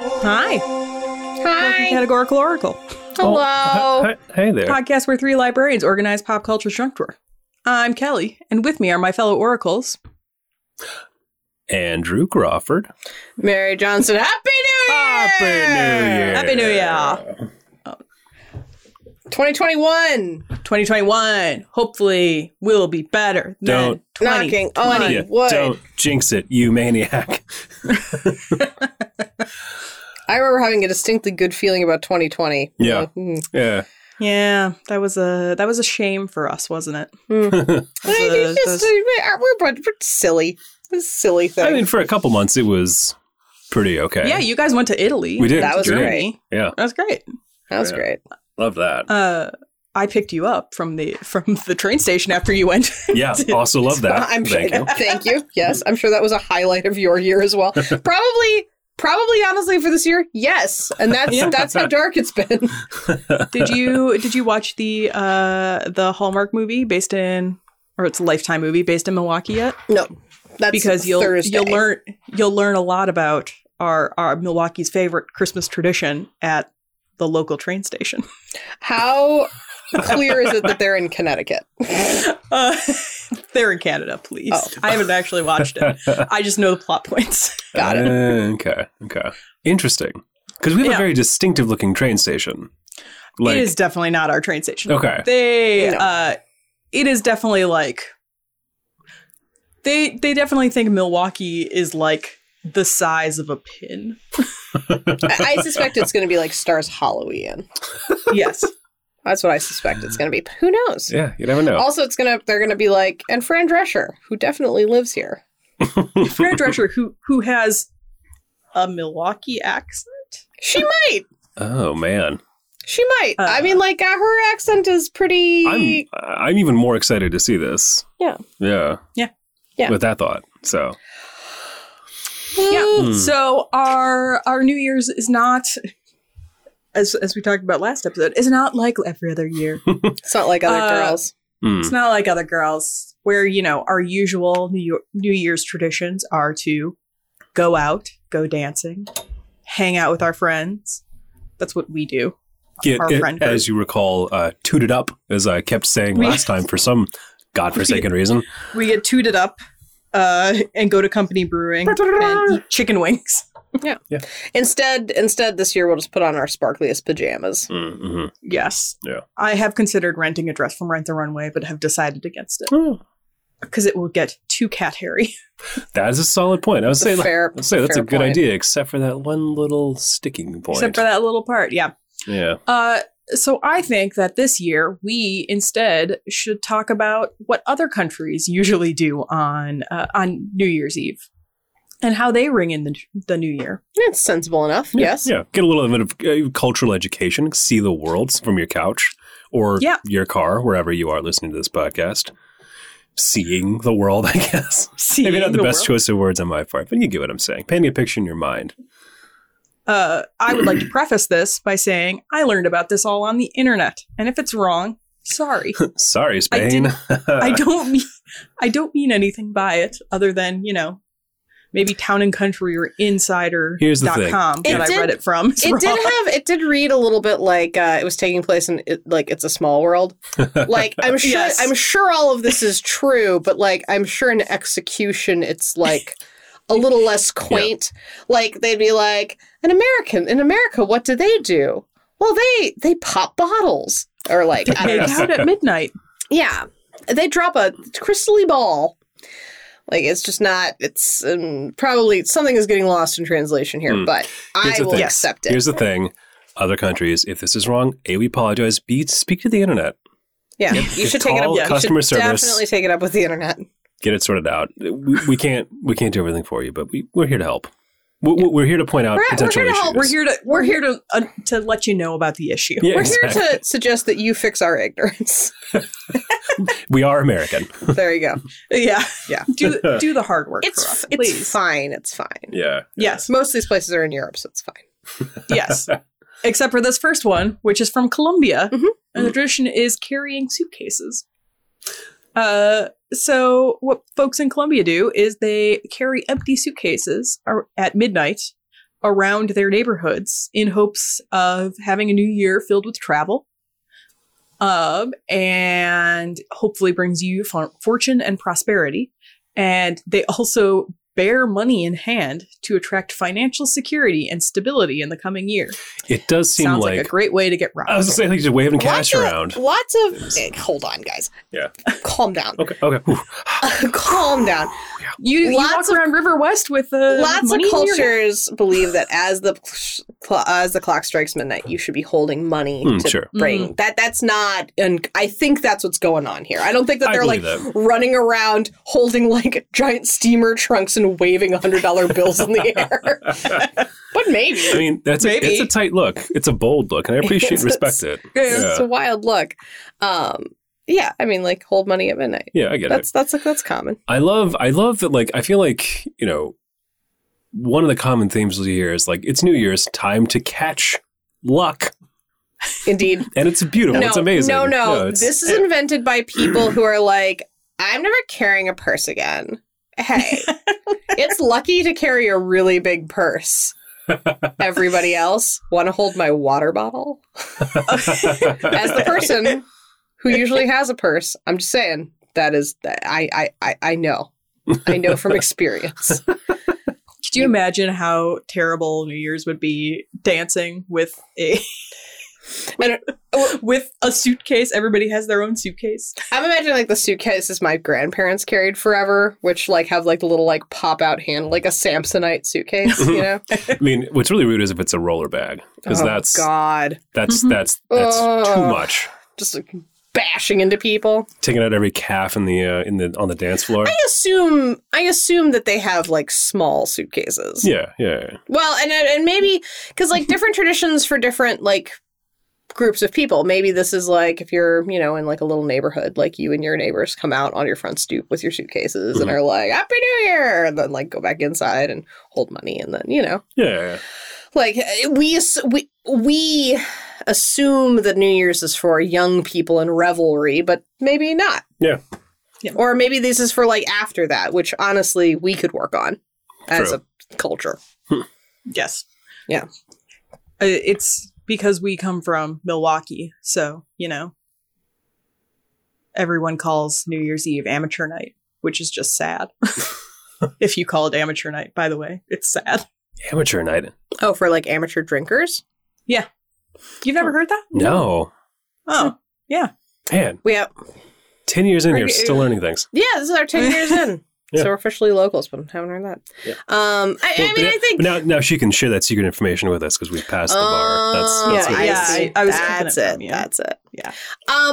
Hi. Welcome to Hi. Categorical Oracle, Hello. Oh, he- he- hey there. podcast where three librarians organize pop culture junk drawer. I'm Kelly, and with me are my fellow oracles. Andrew Crawford. Mary Johnson. Happy New Year. Happy New Year! 2021. 2021, hopefully, will be better Don't. than Knocking 2020. Yeah, What? Don't jinx it, you maniac. I remember having a distinctly good feeling about 2020. Yeah. Mm. Yeah. Yeah, that was a that was a shame for us, wasn't it? It's That's- just, we're, we're silly. It's a silly thing. I mean, for a couple months, it was pretty okay. Yeah, you guys went to Italy. We did. That was We did. great. Yeah. That was great. that was yeah. great. Love that. Uh, I picked you up from the from the train station after you went. Yeah. Also love that. I'm Thank sure, you. Thank you. Yes, I'm sure that was a highlight of your year as well. Probably, probably, honestly, for this year, yes. And that's Yeah. that's how dark it's been. did you did you watch the uh the Hallmark movie based in or it's a lifetime movie based in Milwaukee yet? No, that's because you'll Thursday. you'll learn you'll learn a lot about our our Milwaukee's favorite Christmas tradition at the local train station. How clear is it that they're in Connecticut? Uh, they're in Canada, please. Oh. I haven't actually watched it. I just know the plot points. Got it. Uh, okay. Okay. Interesting. Because we have Yeah. a very distinctive looking train station. Like, it is definitely not our train station. Okay. They No. uh it is definitely like they they definitely think Milwaukee is like the size of a pin. I, I suspect it's going to be like Stars Hollow Ian. Yes. That's what I suspect it's going to be. But who knows? Yeah. You never know. Also, it's gonna they're gonna be like and Fran Drescher, who definitely lives here. Fran Drescher who who has a Milwaukee accent. She might. oh, man. She might. Uh, I mean, like uh, her accent is pretty. I'm I'm even more excited to see this. Yeah. Yeah. Yeah. Yeah. With that thought. So Yeah. Hmm. So our our New Year's is not as as we talked about last episode, is not like every other year. It's not like other Uh, girls. mm. It's not like other girls where, you know, our usual New, Year- New Year's traditions are to go out, go dancing, hang out with our friends. That's what we do. Get our it- friend group. as you recall, uh, tooted up, as I kept saying We- last time for some godforsaken reason. We get tooted up uh, and go to company brewing and eat chicken wings. Instead, instead this year we'll just put on our sparkliest pajamas. Mm-hmm. Yes. Yeah. I have considered renting a dress from Rent the Runway, but have decided against it Hmm. because it will get too cat hairy. That is a solid point. I was It's saying, a fair. I was saying that's fair a good point. idea, except for that one little sticking point. Except for that little part. Yeah. Yeah. Uh, so I think that this year we instead should talk about what other countries usually do on uh, on New Year's Eve and how they ring in the, the new year. Yeah, It's sensible enough. yes. Yeah. Get a little bit of uh, cultural education. See the world from your couch or Yeah. your car, wherever you are listening to this podcast. Seeing the world, I guess. Maybe not Seeing the, best world. choice of words on my part, but you get what I'm saying. Painting a picture in your mind. Uh, I would like to preface this by saying I learned about this all on the internet, and if it's wrong, sorry. Sorry, Spain. I don't mean I don't mean anything by it other than you know maybe Town and Country or Insider.com Here's the thing. It that I did- read it from. is It did wrong. have. It did read a little bit like uh, it was taking place in it, like it's a small world. Like I'm sure. Yes. I'm sure all of this is true, but like I'm sure in execution, it's like a little less quaint. Like they'd be like an American in America. What do they do? Well, they they pop bottles or like I don't Make know. out at midnight. Yeah, they drop a crystally ball. Like it's just not. It's um, probably something is getting lost in translation here, Hmm. but Here's I the will thing. accept it. Here's the thing. Other countries, if this is wrong, A, we apologize. B, speak to the internet. Yeah, you should take it up. call Yeah, you customer should service. Definitely take it up with the internet. Get it sorted out. We, we can't we can't do everything for you, but we, we're here to help. We, we- We're here to point out We're- we're potential here to issues. help. We're here to we're here to uh, to let you know about the issue. Yeah, We're exactly. here to suggest that you fix our ignorance. We are American. there you go. Yeah, Yeah. Do do the hard work It's for us, f- it's please. fine. It's fine. Yeah. Yes, Most of these places are in Europe, so it's fine. yes. Except for this first one, which is from Colombia, Mhm. and the tradition is carrying suitcases. Uh, so what folks in Colombia do is they carry empty suitcases ar- at midnight around their neighborhoods in hopes of having a new year filled with travel. Um, and hopefully brings you for- fortune and prosperity. And they also bear money in hand to attract financial security and stability in the coming year. It does seem Sounds like, like a great way to get robbed. I was gonna say like just waving cash lots of- around. Lots of eh, hold on, guys. Yeah. Oh. Calm down. Okay. Okay. Ooh. Calm down. You, you Lots walk of- around River West with uh, Lots of money in your- cultures believe that as the cl- as the clock strikes midnight, you should be holding money Hmm, to sure. bring. That that's not, and I think that's what's going on here. I don't think that I they're like believe running around holding like giant steamer trunks and waving hundred dollar bills in the air. but maybe I mean, that's a, Maybe. it's a tight look. It's a bold look, and I appreciate and It's- respect it. it's Yeah. a wild look. Um, yeah, I mean, like hold money at midnight. Yeah, I get it. That's that's that's common. I love I love that like I feel like, you know, one of the common themes of the year is like it's New Year's time to catch luck. Indeed. And it's beautiful. it's amazing. No, no. it's- this is invented by people who are like, I'm never carrying a purse again. Hey, it's lucky to carry a really big purse. Everybody else want to hold my water bottle? As the person who usually has a purse, I'm just saying that is that I I I, I know. I know from experience. Could you imagine how terrible New Year's would be dancing with a And with a suitcase? Everybody has their own suitcase. I'm imagining like the suitcases my grandparents carried forever, which like have like the little like pop out handle, like a Samsonite suitcase, you know? I mean, what's really rude is if it's a roller bag. Because oh, that's, God. that's Mhm. that's that's too Ugh. much. just like, bashing into people. Taking out every calf in the uh, in the on the dance floor. I assume I assume that they have like small suitcases. Yeah, yeah. Well, and and maybe because like different traditions for different like groups of people. Maybe this is like if you're you know in like a little neighborhood, like you and your neighbors come out on your front stoop with your suitcases and Mhm. are like Happy New Year, and then like go back inside and hold money, and then you know Yeah, yeah. like uh, we ass- we we assume that New Year's is for young people and revelry, but maybe not. Yeah. Yeah. Or maybe this is for like after that, which honestly we could work on as True. a culture. Yes. Yeah. Uh, It's because we come from Milwaukee, so you know everyone calls New Year's Eve amateur night, which is just sad. if you call it amateur night, by the way, it's sad. Amateur night. Oh, for like amateur drinkers, You've never heard that? No. Oh, Man, we have ten years in here, Pretty- still learning things. yeah. This is our ten years in, Yeah. so we're officially locals, but haven't heard that. Yeah. Um, I, I Well, mean, but I think. but now, now she can share that secret information with us because we've passed the bar. That's, Oh, that's Yeah, what it yeah, is. I- I was thinking that's it it. from you. That's it. Yeah. Um,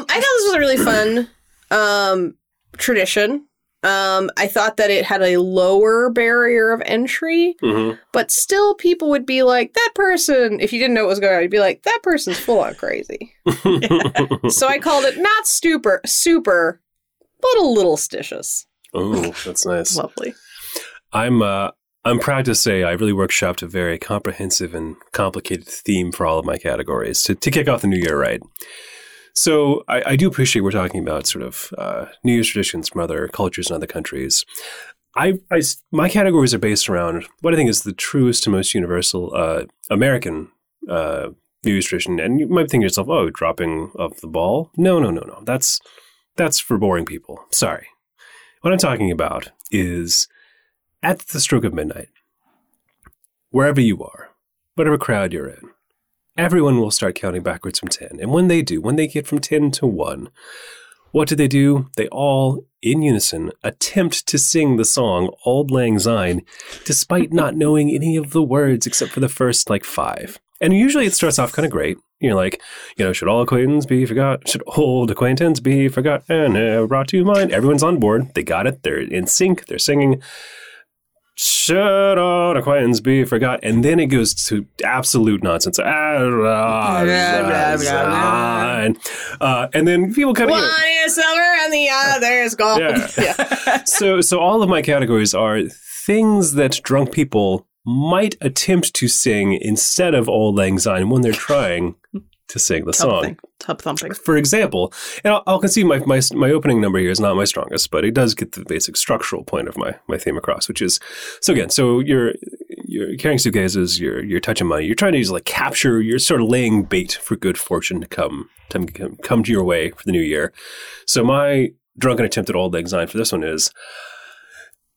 I thought this was a really fun um, tradition. Um, I thought that it had a lower barrier of entry, Mhm. but still people would be like, that person, if you didn't know what was going on, you'd be like, that person's full on crazy. Mm-hmm. so I called it not super, super, but a little stitious. Oh, that's nice. lovely. I'm uh, I'm proud to say I really workshopped a very comprehensive and complicated theme for all of my categories to, to kick off the new year right. So I, I do appreciate we're talking about sort of uh, New Year's traditions from other cultures and other countries. I, I s- my categories are based around what I think is the truest and most universal uh, American uh, New Year's tradition, and you might be thinking to yourself, "Oh, dropping of the ball? No, no, no, no. That's that's for boring people. Sorry. What I'm talking about is at the stroke of midnight, wherever you are, whatever crowd you're in, everyone will start counting backwards from 10. And when they do, when they get from 10 to 1, what do they do? They all, in unison, attempt to sing the song Auld Lang Syne, despite not knowing any of the words except for the first like five. And usually it starts off kind of great. You're like, you know, should all acquaintance be forgot? Should old acquaintance be forgot and uh, brought to mind? Everyone's on board. They got it. They're in sync. They're singing should old acquaintance be forgot? And then it goes to absolute nonsense. Ah, blah, blah, blah. And, uh, and then people come in. One is silver and the other is gold. Yeah. yeah. So, so all of my categories are things that drunk people might attempt to sing instead of Old Lang Syne when they're trying to sing the Tub song. thumping. Tub thumping. For example, and I'll, I'll concede my, my my opening number here is not my strongest, but it does get the basic structural point of my my theme across, which is so again, so you're you're carrying suitcases, you're you're touching money, you're trying to just like capture, you're sort of laying bait for good fortune to come to come, come to your way for the new year. So my drunken attempt at old egg sign for this one is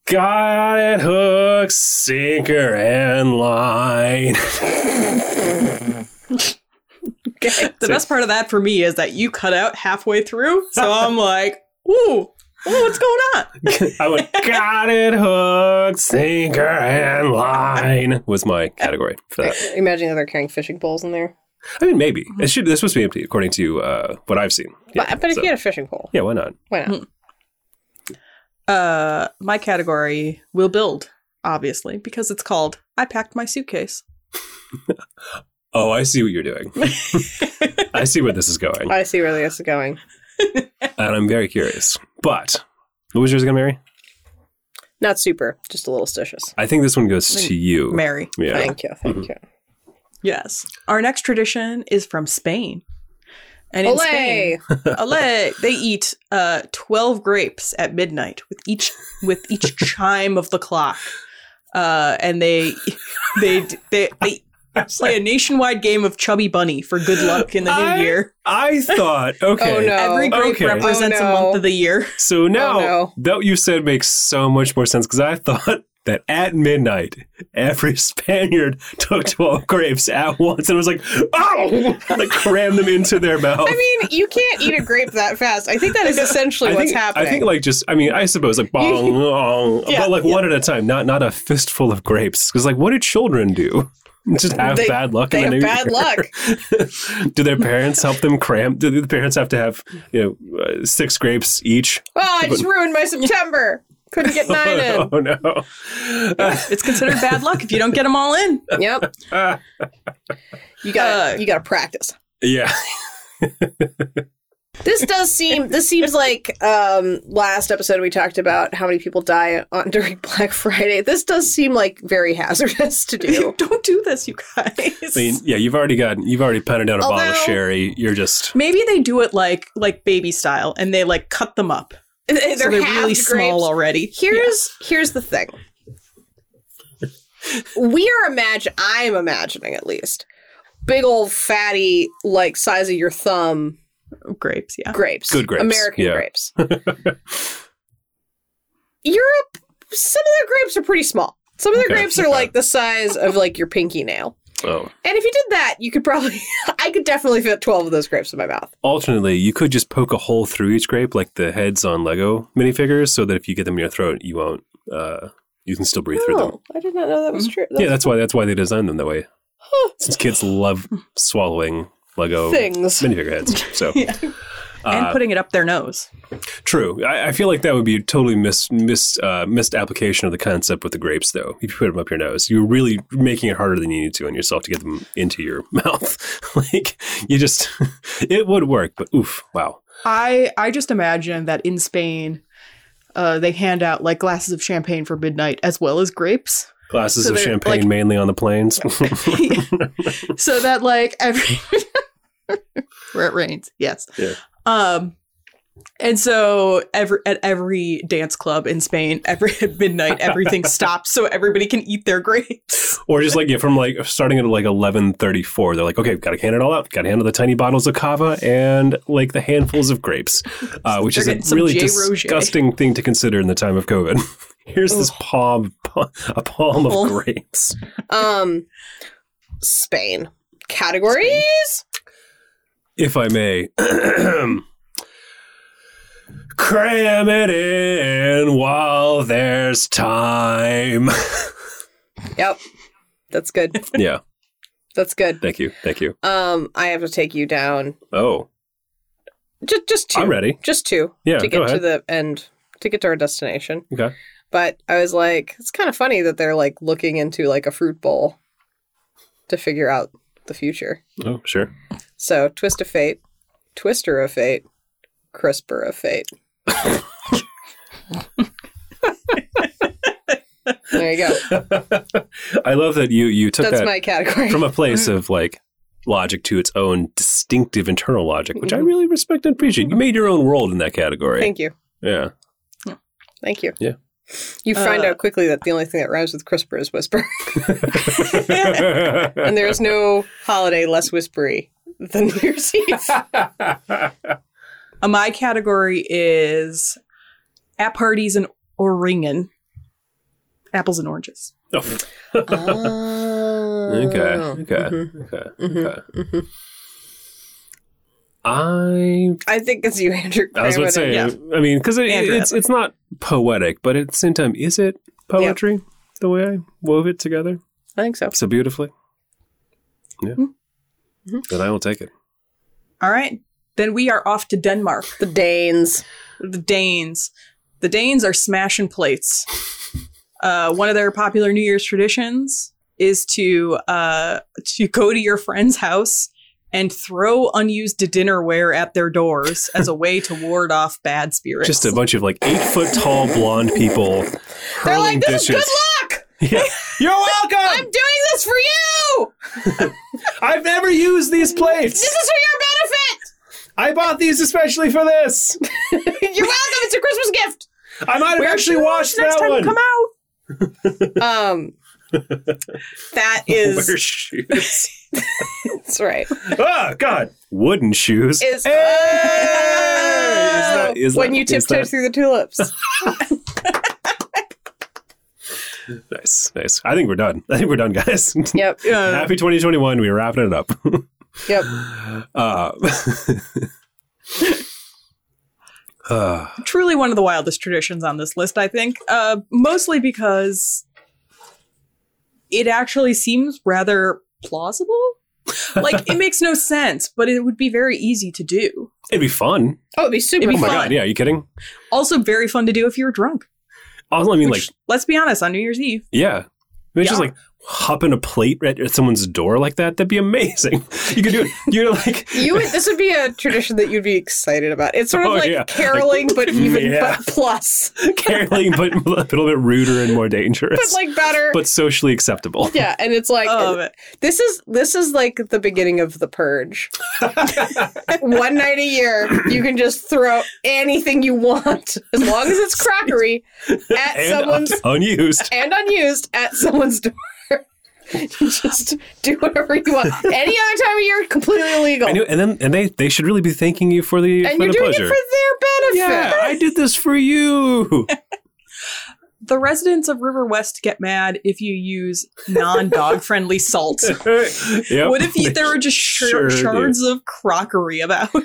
got it hook, sinker, and line. Okay. The best part of that for me is that you cut out halfway through, so I'm like, ooh, ooh, what's going on? I went got it hook, sinker, and line was my category for that. Imagine that they're carrying fishing poles in there. I mean, maybe it should. This supposed to be empty, according to uh, what I've seen. Yeah, but but if so- Mm-hmm. you had a fishing pole, yeah, why not? why not? Uh, my category will build, obviously, because it's called I Packed My Suitcase. Oh, I see what you're doing. I see where this is going, I see where this is going. and I'm very curious. But what was yours again, Mary? Not super, just a little stitious. I think this one goes to you. Mary. Yeah. Mm-hmm. Thank you, thank you. Yes. Our next tradition is from Spain. And in Spain, Olay! Olé! They eat uh, twelve grapes at midnight with each with each chime of the clock, uh, and they they they they play a nationwide game of chubby bunny for good luck in the new I- year. I thought, okay, Oh, no. Every grape okay. represents Oh, a no. month of the year. So now Oh, no. that what you said makes so much more sense because I thought that at midnight every Spaniard took twelve grapes at once and was like, oh, like crammed them into their mouth. I mean, you can't eat a grape that fast. I think that is essentially I what's think, happening. I think like just I mean I suppose like bong, bong Yeah, but like one at a time, not not a fistful of grapes. Because like what do children do? Just have They- bad luck. they in the have new bad year. luck. do their parents help them cram? Do the parents have to have you know uh, six grapes each? Oh, I just ruined my September. Couldn't get nine in. Oh no! It's considered bad luck if you don't get them all in. Yep. You got to you got to practice. Yeah. This does seem this seems like um last episode we talked about how many people die on during Black Friday. This does seem like very hazardous to do. don't do this, you guys. I mean, yeah, you've already got you've already pounded down a bottle of Although- sherry. You're just Maybe they do it like like baby style, and they like cut them up They're, so they're really halved grapes. small already. Here's here's the thing. we are imagine I'm imagining at least big old fatty like size of your thumb Yeah. Oh, grapes. Yeah, grapes. Good grapes, American yeah. grapes. Europe, some of their grapes are pretty small. Some of their Okay, grapes are okay. like the size of like your pinky nail. oh. And if you did that, you could probably, I could definitely fit 12 of those grapes in my mouth. Alternately, you could just poke a hole through each grape, like the heads on Lego minifigures, so that if you get them in your throat, you won't. Uh, you can still breathe through them. Oh, I did not know that was true. yeah, that's why that's why they designed them that way. Since kids love swallowing Lego Things. minifigure heads. So uh, and putting it up their nose. true. I, I feel like that would be a totally mis mis uh, missed application of the concept with the grapes, though. If you put them up your nose, you're really making it harder than you need to on yourself to get them into your mouth. like you just, it would work, but oof, wow. I I just imagine that in Spain, uh, they hand out like glasses of champagne for midnight as well as grapes, Glasses So of they're, champagne like- mainly on the planes. so that like every where it rains, yes. Yeah. Um, and so every at every dance club in Spain, every at midnight, everything stops so everybody can eat their grapes. Or just like yeah, from like starting at like eleven thirty four, they're like, okay, gotta hand it all out. Gotta handle the tiny bottles of cava and like the handfuls of grapes, uh, which They're is a getting some really J. Roget. disgusting thing to consider in the time of COVID. Here's this palm, pa- a palm Palm. of grapes. Um, Spain. Categories? if I may, cram it in while there's time. Yep. That's good. yeah, That's good. thank you, thank you. Um, I have to take you down. Oh, Just, just 2 I'm ready. Just two. Yeah, To go get to ahead. the end, to get to our destination. okay. But I was like, it's kind of funny that they're like looking into like a fruit bowl to figure out the future. Oh, sure. So, twist of fate, twister of fate, crisper of fate. there you go. I love that you you took That's that my category. from a place of like logic to its own distinctive internal logic, which I Mm-hmm. really respect and appreciate. You made your own world in that category. Thank you. yeah. Thank you. You find Uh, out quickly that the only thing that rhymes with CRISPR is whisper, and there is no holiday less whispery than New Year's Eve. Uh, my category is at parties and or ringing. Apples and oranges. Oh, Oh. okay. Okay. Okay. Mm-hmm. Okay. I I think it's you, Andrew. I was Cramer, about to that- say. yeah. I mean, because it, Andrew. it's it's not poetic, but at the same time, is it poetry? The way I wove it together I think so. so beautifully. Yeah. Mm-hmm. Mhm. Then I will take it. All right. Then we are off to Denmark. The Danes. the Danes. The Danes are smashing plates. Uh, one of their popular New Year's traditions is to uh, to go to your friend's house and throw unused dinnerware at their doors as a way to ward off bad spirits. Just a bunch of like eight foot tall blonde people They're like, hurling this is dishes. good luck. Yeah. You're I'm welcome. doing this for you. I've never used these This plates. is for I bought these especially for this. your benefit. You're welcome. It's a Christmas gift. I might have Where actually should watched next that time one. come out. Um, that is shoes? that's right. oh God! Wooden shoes. Is, uh, Hey! that- is when that- you is tiptoe that- through the tulips. nice, nice. I think we're done. I think we're done, guys. yep. Uh, Happy 2021. We're wrapping it up. Yep. Uh, uh, truly one of the wildest traditions on this list, I think, uh, mostly because it actually seems rather plausible. Like, it makes no sense, but it would be very easy to do. it'd be fun. Oh, it'd be super It'd be Oh my fun. God! Yeah, are you kidding? Also, very fun to do if you're drunk. Also, I mean, like, Which, let's be honest, on New Year's Eve, yeah. Maybe just Yeah. like hopping a plate at, at someone's door like that. That'd be amazing. You could do it. You know, like You would, this would be a tradition that you'd be excited about. It's sort of Oh, like yeah. caroling, but even yeah. but plus, caroling, but a little bit ruder and more dangerous. but like better. but socially acceptable. yeah, and it's like um, this is this is like the beginning of the purge. One night a year, you can just throw anything you want as long as it's crockery at someone's unused. and unused at someone's door. just do whatever you want. Any other time of year, completely illegal. I knew, and then and they they should really be thanking you for the and for you're the doing it pleasure. for their benefit. yeah, I did this for you. the residents of River West get mad if you use non dog friendly salt. yep. What if you, there were just shar- Sure do. shards of crockery about? Uh,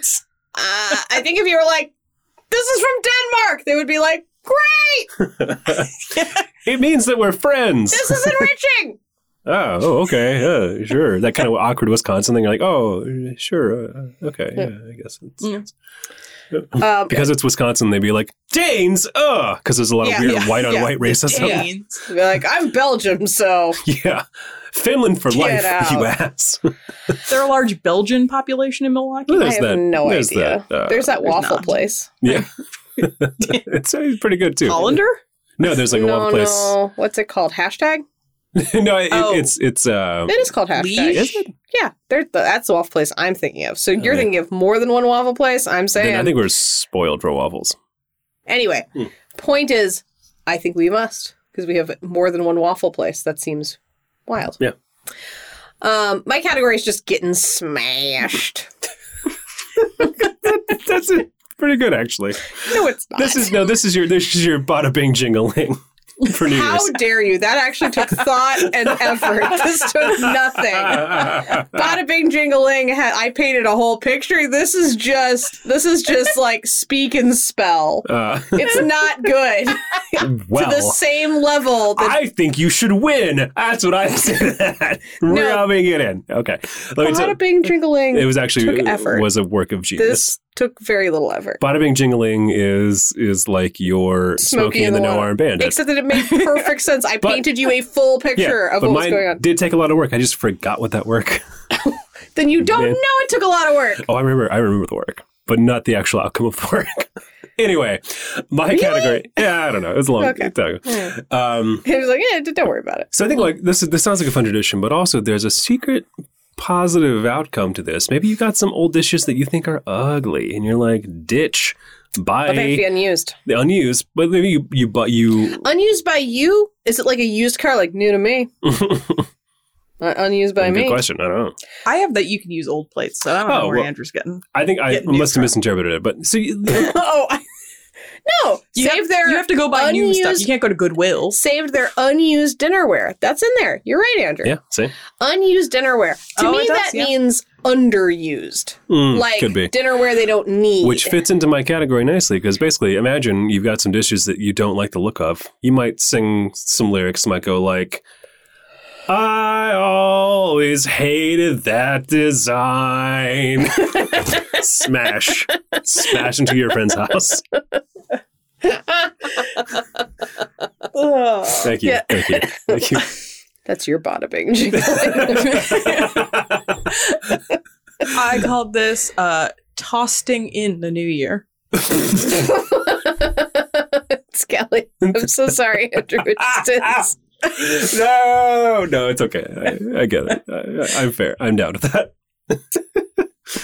I think if you were like, this is from Denmark, they would be like, great, it means that we're friends. this is enriching. Oh, oh, okay, yeah, sure. That kind of awkward Wisconsin thing. You're like, oh, sure, uh, uh, okay, yeah, I guess. It's, Yeah. um, Because it's Wisconsin, they'd be like Danes, uh, because there's a lot Yeah, of weird yeah, white on white racism. Yeah. Danes. be like, I'm Belgium, so Finland for Get life, out. you ass. There are a large Belgian population in Milwaukee. Well, I there's have that- no there's idea. that, uh, there's that there's waffle not. place. Yeah. it's, it's pretty good too. Hollander? No, there's like a no, one place. no. What's it called? Hashtag? No, it, Oh. it's it's uh, It is called hashtag. Liege? Is it? Yeah, there- that's the waffle place I'm thinking of. So you're Okay. thinking of more than one waffle place. I'm saying. then I think we're spoiled for waffles. anyway, Hmm. point is, I think we must because we have more than one waffle place. That seems wild. Yeah. Um, my category is just getting smashed. That's it. Pretty good, actually. No, it's not. This is no. This is your. This is your bada bing jingling for New How Year's. dare you? That actually took thought and effort. This took nothing. Bada bing jingling. ha- I painted a whole picture. This is just. This is just like speak and spell. Uh, It's not good to the well, same level. That I think you should win. That's what I said. We're No. rubbing it in. Okay. Let me tell Bada bing jingling. it was actually took effort. was a work of genius. this took very little effort. Bada bing jingling is is like your Smokey and the No Water. Arm Bandit. Except that it made perfect sense. I But- painted you a full picture of but what was mine going on. did take a lot of work. I just forgot what that work. Then you don't Man. know it took a lot of work. Oh, I remember. I remember the work, but not the actual outcome of the work. anyway, my category. Yeah, I don't know. It was a long Okay. time. Um, Hmm. He was like, "Yeah, d- don't worry about it." so I think like this. Is, this sounds like a fun tradition, but also there's a secret positive outcome to this. Maybe you got some old dishes that you think are ugly, and you're like, ditch. Buy But they have to be unused. the unused, but maybe you you but you Unused by you? Is it like a used car, like new to me? Uh, unused by good me? question. I don't know. I have that you can use old plates, so I don't know Oh, where well- Andrew's getting. I think I Get new must have crap. misinterpreted it, but so you, oh, I, no. You save have, their you have to go buy new stuff. You unused- can't go to Goodwill. saved their unused dinnerware. That's in there. You're right, Andrew. yeah, see, Unused dinnerware. To Oh, me, it does, that yeah. means underused. Mm, like could be. dinnerware they don't need. Which fits into my category nicely because basically, imagine you've got some dishes that you don't like the look of. You might sing some lyrics, might go like, I always hated that design. Smash. Smash into your friend's house. Thank you. Yeah. Thank you. Thank you. That's your bada bing. jingle. I called this uh, tossing in the new year. Skelly, I'm so sorry, Andrew. It's just- no, no, it's okay. I, I get it. I, I'm fair. I'm down with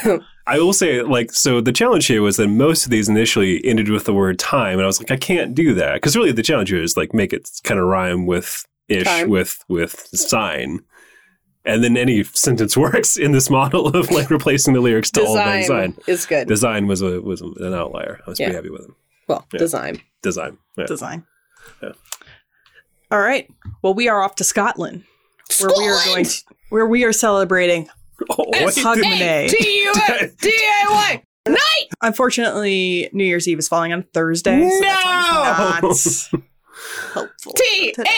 that. I will say, like, so the challenge here was that most of these initially ended with the word time, and I was like, I can't do that because really the challenge here is like make it kind of rhyme with ish Time. with with sign, and then any sentence works in this model of like replacing the lyrics to all about design sign. is good. Design was a was an outlier. I was Yeah. pretty happy with him. well, yeah. design. Design. Yeah. design. Yeah. All right. Well, we are off to Scotland, where we are going to, where we are celebrating Oh, wait. Hogmanay. DIY. DIY. Unfortunately, New Year's Eve is falling on Thursday. so that's Oh. why it's not helpful. T H U R.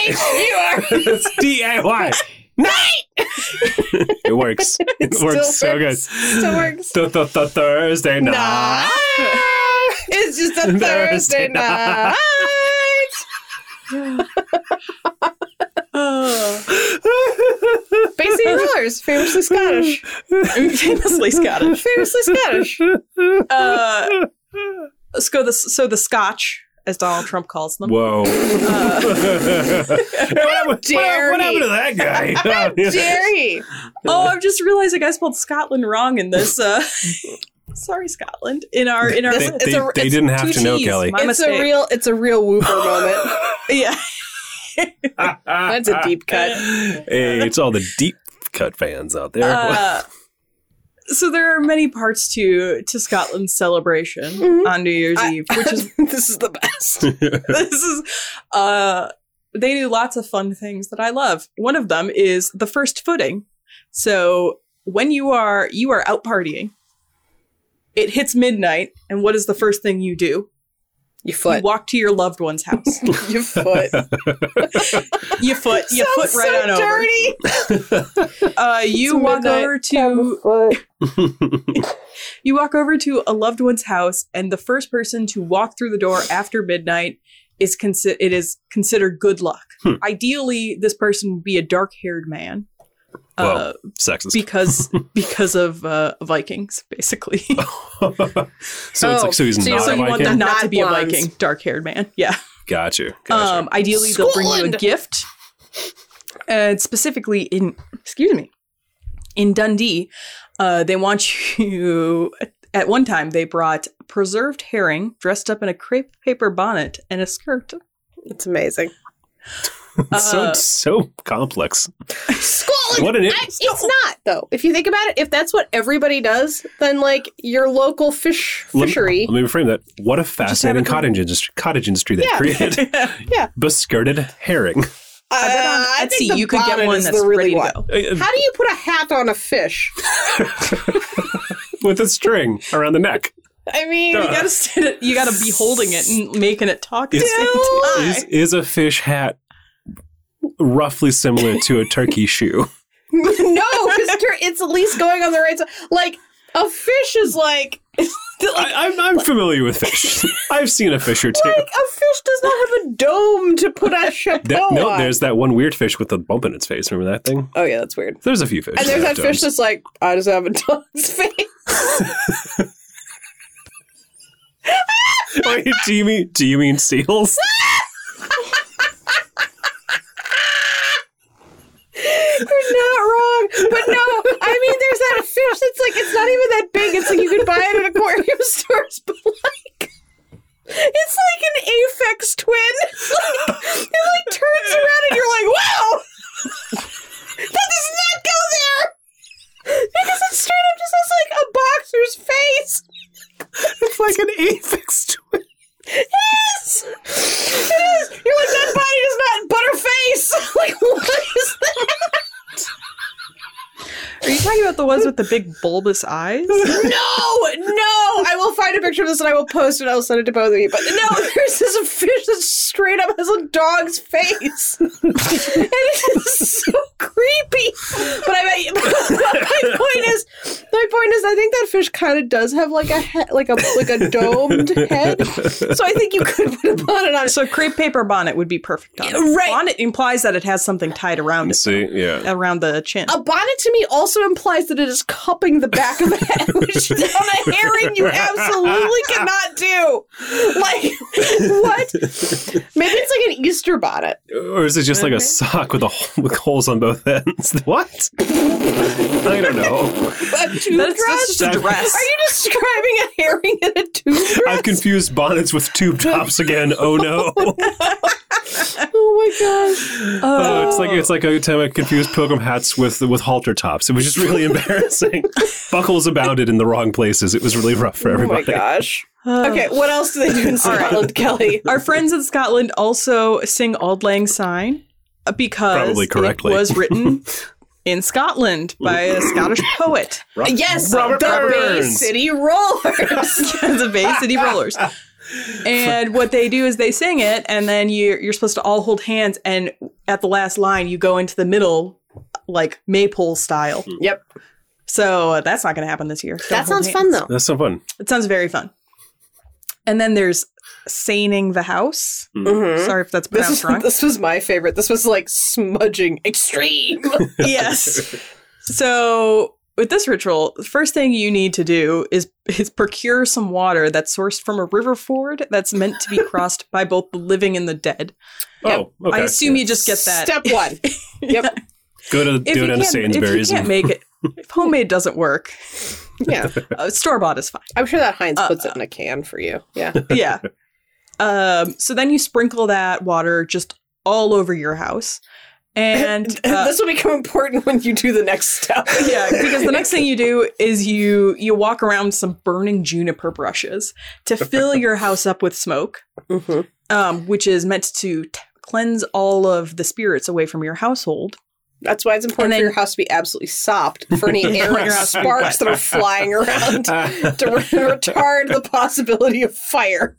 it's DIY. Night. it works. It, It works still so works. good. Still works. Th- th- th- Thursday night. Nah. Ah! It's just a Thursday Thursday night. Oh, Basie Rollers, famously Scottish. famously Scottish. Famously Scottish. Uh, so the so the Scotch, as Donald Trump calls them. Uh, Whoa. Hey, what, happened, dare what, happened- what happened he. to that guy? Jerry. Oh, I'm just realizing I spelled Scotland wrong in this. Uh, sorry, Scotland. In our in our They, list. they- a- they it's didn't have two to know, Ts. Kelly. My it's mistake. a real it's a real whooper moment. yeah. That's a deep cut. Hey, it's all the deep cut fans out there. Uh, so there are many parts to to Scotland's celebration Mhm. on New Year's I- Eve, which is this is the best. this is uh they do lots of fun things that I love. One of them is the first footing. So when you are you are out partying, it hits midnight, and what is the first thing you do? You You foot. walk to your loved one's house. You foot. you foot you foot Sounds right so on over. dirty. Uh, you It's walk midnight. over to You walk over to a loved one's house, and the first person to walk through the door after midnight is consi- it is considered good luck. Hmm. Ideally, this person would be a dark haired man. Uh, Well. Sexist. because because of uh, Vikings, basically. so it's like so he's Oh, so so you're not a you want Viking. them not, Not to be blondes. a Viking, dark haired man. Yeah. Gotcha. gotcha. Um, ideally, they'll bring you a Scotland. gift. And specifically in, excuse me, in Dundee, uh, they want you, at one time, they brought preserved herring dressed up in a crepe paper bonnet and a skirt. It's amazing. uh, so so complex. Scotland. What an I- it's not though. If you think about it, if that's what everybody does, then like your local fish Lem- fishery. Let me reframe that. What a fascinating have a- cottage industry, cottage industry they Yeah. created. Beskirted herring. I bet on Uh, I Etsy think the you could get bonnet one is that's the ready to one. go. Uh, How do you put a hat on a fish? With a string around the neck. I mean, You gotta sit it, you gotta be holding it and making it talk at the It's- same time. Is is a fish hat roughly similar to a turkey shoe? no, 'cause tur- it's at least going on the right side. Like a fish is like, like I, I'm, I'm familiar with fish. I've seen a fish or two. a fish does not have a dome to put a chapeau That- no, on. there's that one weird fish with a bump in its face. Remember that thing? oh yeah, that's weird. There's a few fish. And there's have that fish domes. that's like, I just have a dog's face. Wait, do you mean do you mean seals? You're not wrong, but no, I mean, there's that fish that's like, it's not even that big. It's like you could buy it at aquarium stores, but like, Are you talking about the ones with the big bulbous eyes? No, no! I will find a picture of this and I will post it. I'll send it to both of you. But no, there's this fish that straight up has a dog's face, and it is so creepy. But I bet my point is, my point is, I think that fish kind of does have like a he- like a like a domed head. So I think you could put a bonnet on. it. So crepe paper bonnet would be perfect on it. Right. Bonnet implies that it has something tied around it, See, yeah. around the chin. A bonnet to me also implies that it is cupping the back of the head, which on a herring you absolutely cannot do. Like, what? Maybe it's like an Easter bonnet. Or is it just like a sock with a hole- with holes on both ends? What? I don't know. A That's, toothbrush? that's just a That- dress. Are you describing a herring and a toothbrush? I've confused bonnets with tube tops again. Oh no! Oh my gosh. Oh, it's like it's like a time I confused pilgrim hats with with halter tops. It was just really embarrassing. Buckles abounded in the wrong places. It was really rough for Oh my everybody. gosh. Uh, Okay, what else do they do in Scotland, Kelly? Our friends in Scotland also sing Auld Lang Syne uh, because Probably correctly. it was written in Scotland by a Scottish poet. Ro- Yes, Robert the Bay Burns. City Rollers. the Bay City Rollers. And what they do is they sing it, and then you're, you're supposed to all hold hands. And at the last line, you go into the middle, like maypole style. yep. So uh, that's not going to happen this year. Don't That hold sounds hands. fun, though. That's so fun. It sounds very fun. And then there's saning the house. Mhm. Sorry if that's This pronounced was, wrong. this was my favorite. This was like smudging extreme. yes. So with this ritual, the first thing you need to do is is procure some water that's sourced from a river ford that's meant to be crossed by both the living and the dead. Oh, okay. I assume you just get that. Step one. Yep. Go to If you, do it can't, in if Sainsbury's. you can't And, make it, if homemade doesn't work, Yeah. uh, store bought is fine. I'm sure that Heinz Uh, puts it in a can for you. Yeah. yeah. Um, so then you sprinkle that water just all over your house, and uh, this will become important when you do the next step. yeah, because the next thing you do is you you walk around some burning juniper brushes to fill your house up with smoke, Mhm. um, which is meant to t- cleanse all of the spirits away from your household. That's why it's important And then- for your house to be absolutely sopped for any air your house to be sparks that are flying around Uh. to re- retard the possibility of fire.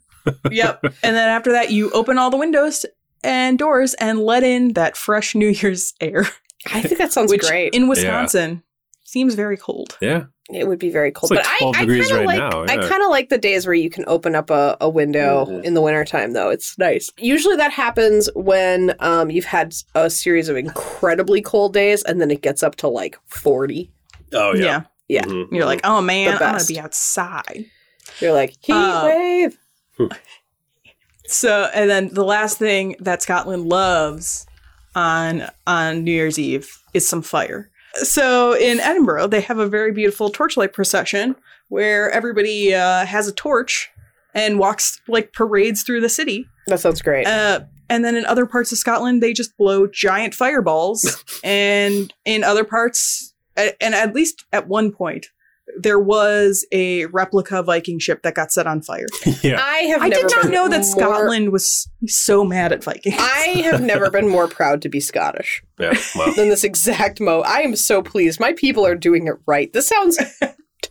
Yep. and then after that, you open all the windows and doors and let in that fresh New Year's air, I think that sounds which great. in Wisconsin seems very cold. yeah. it would be very cold. It's but like 12 I, I degrees kinda like, right now, I yeah. kind of like the days where you can open up a, a window Mm-hmm. Mhm. in the wintertime, though. It's nice. Usually that happens when um, you've had a series of incredibly cold days and then it gets up to like 40. Oh yeah. Yeah. Mhm. You're like, oh man, I'm gonna best. be outside. You're like, heat Uh, wave. So, and then the last thing that Scotland loves on on New Year's Eve is some fire. So in Edinburgh, they have a very beautiful torchlight procession where everybody uh, has a torch and walks like parades through the city. That sounds great. Uh, and then in other parts of Scotland, they just blow giant fireballs. and in other parts, a- and at least at one point, there was a replica Viking ship that got set on fire. Yeah. I have I never did not been know that more- Scotland was so mad at Vikings. I have never been more proud to be Scottish. Yeah. Wow. than this exact mo. I am so pleased. My people are doing it right. This sounds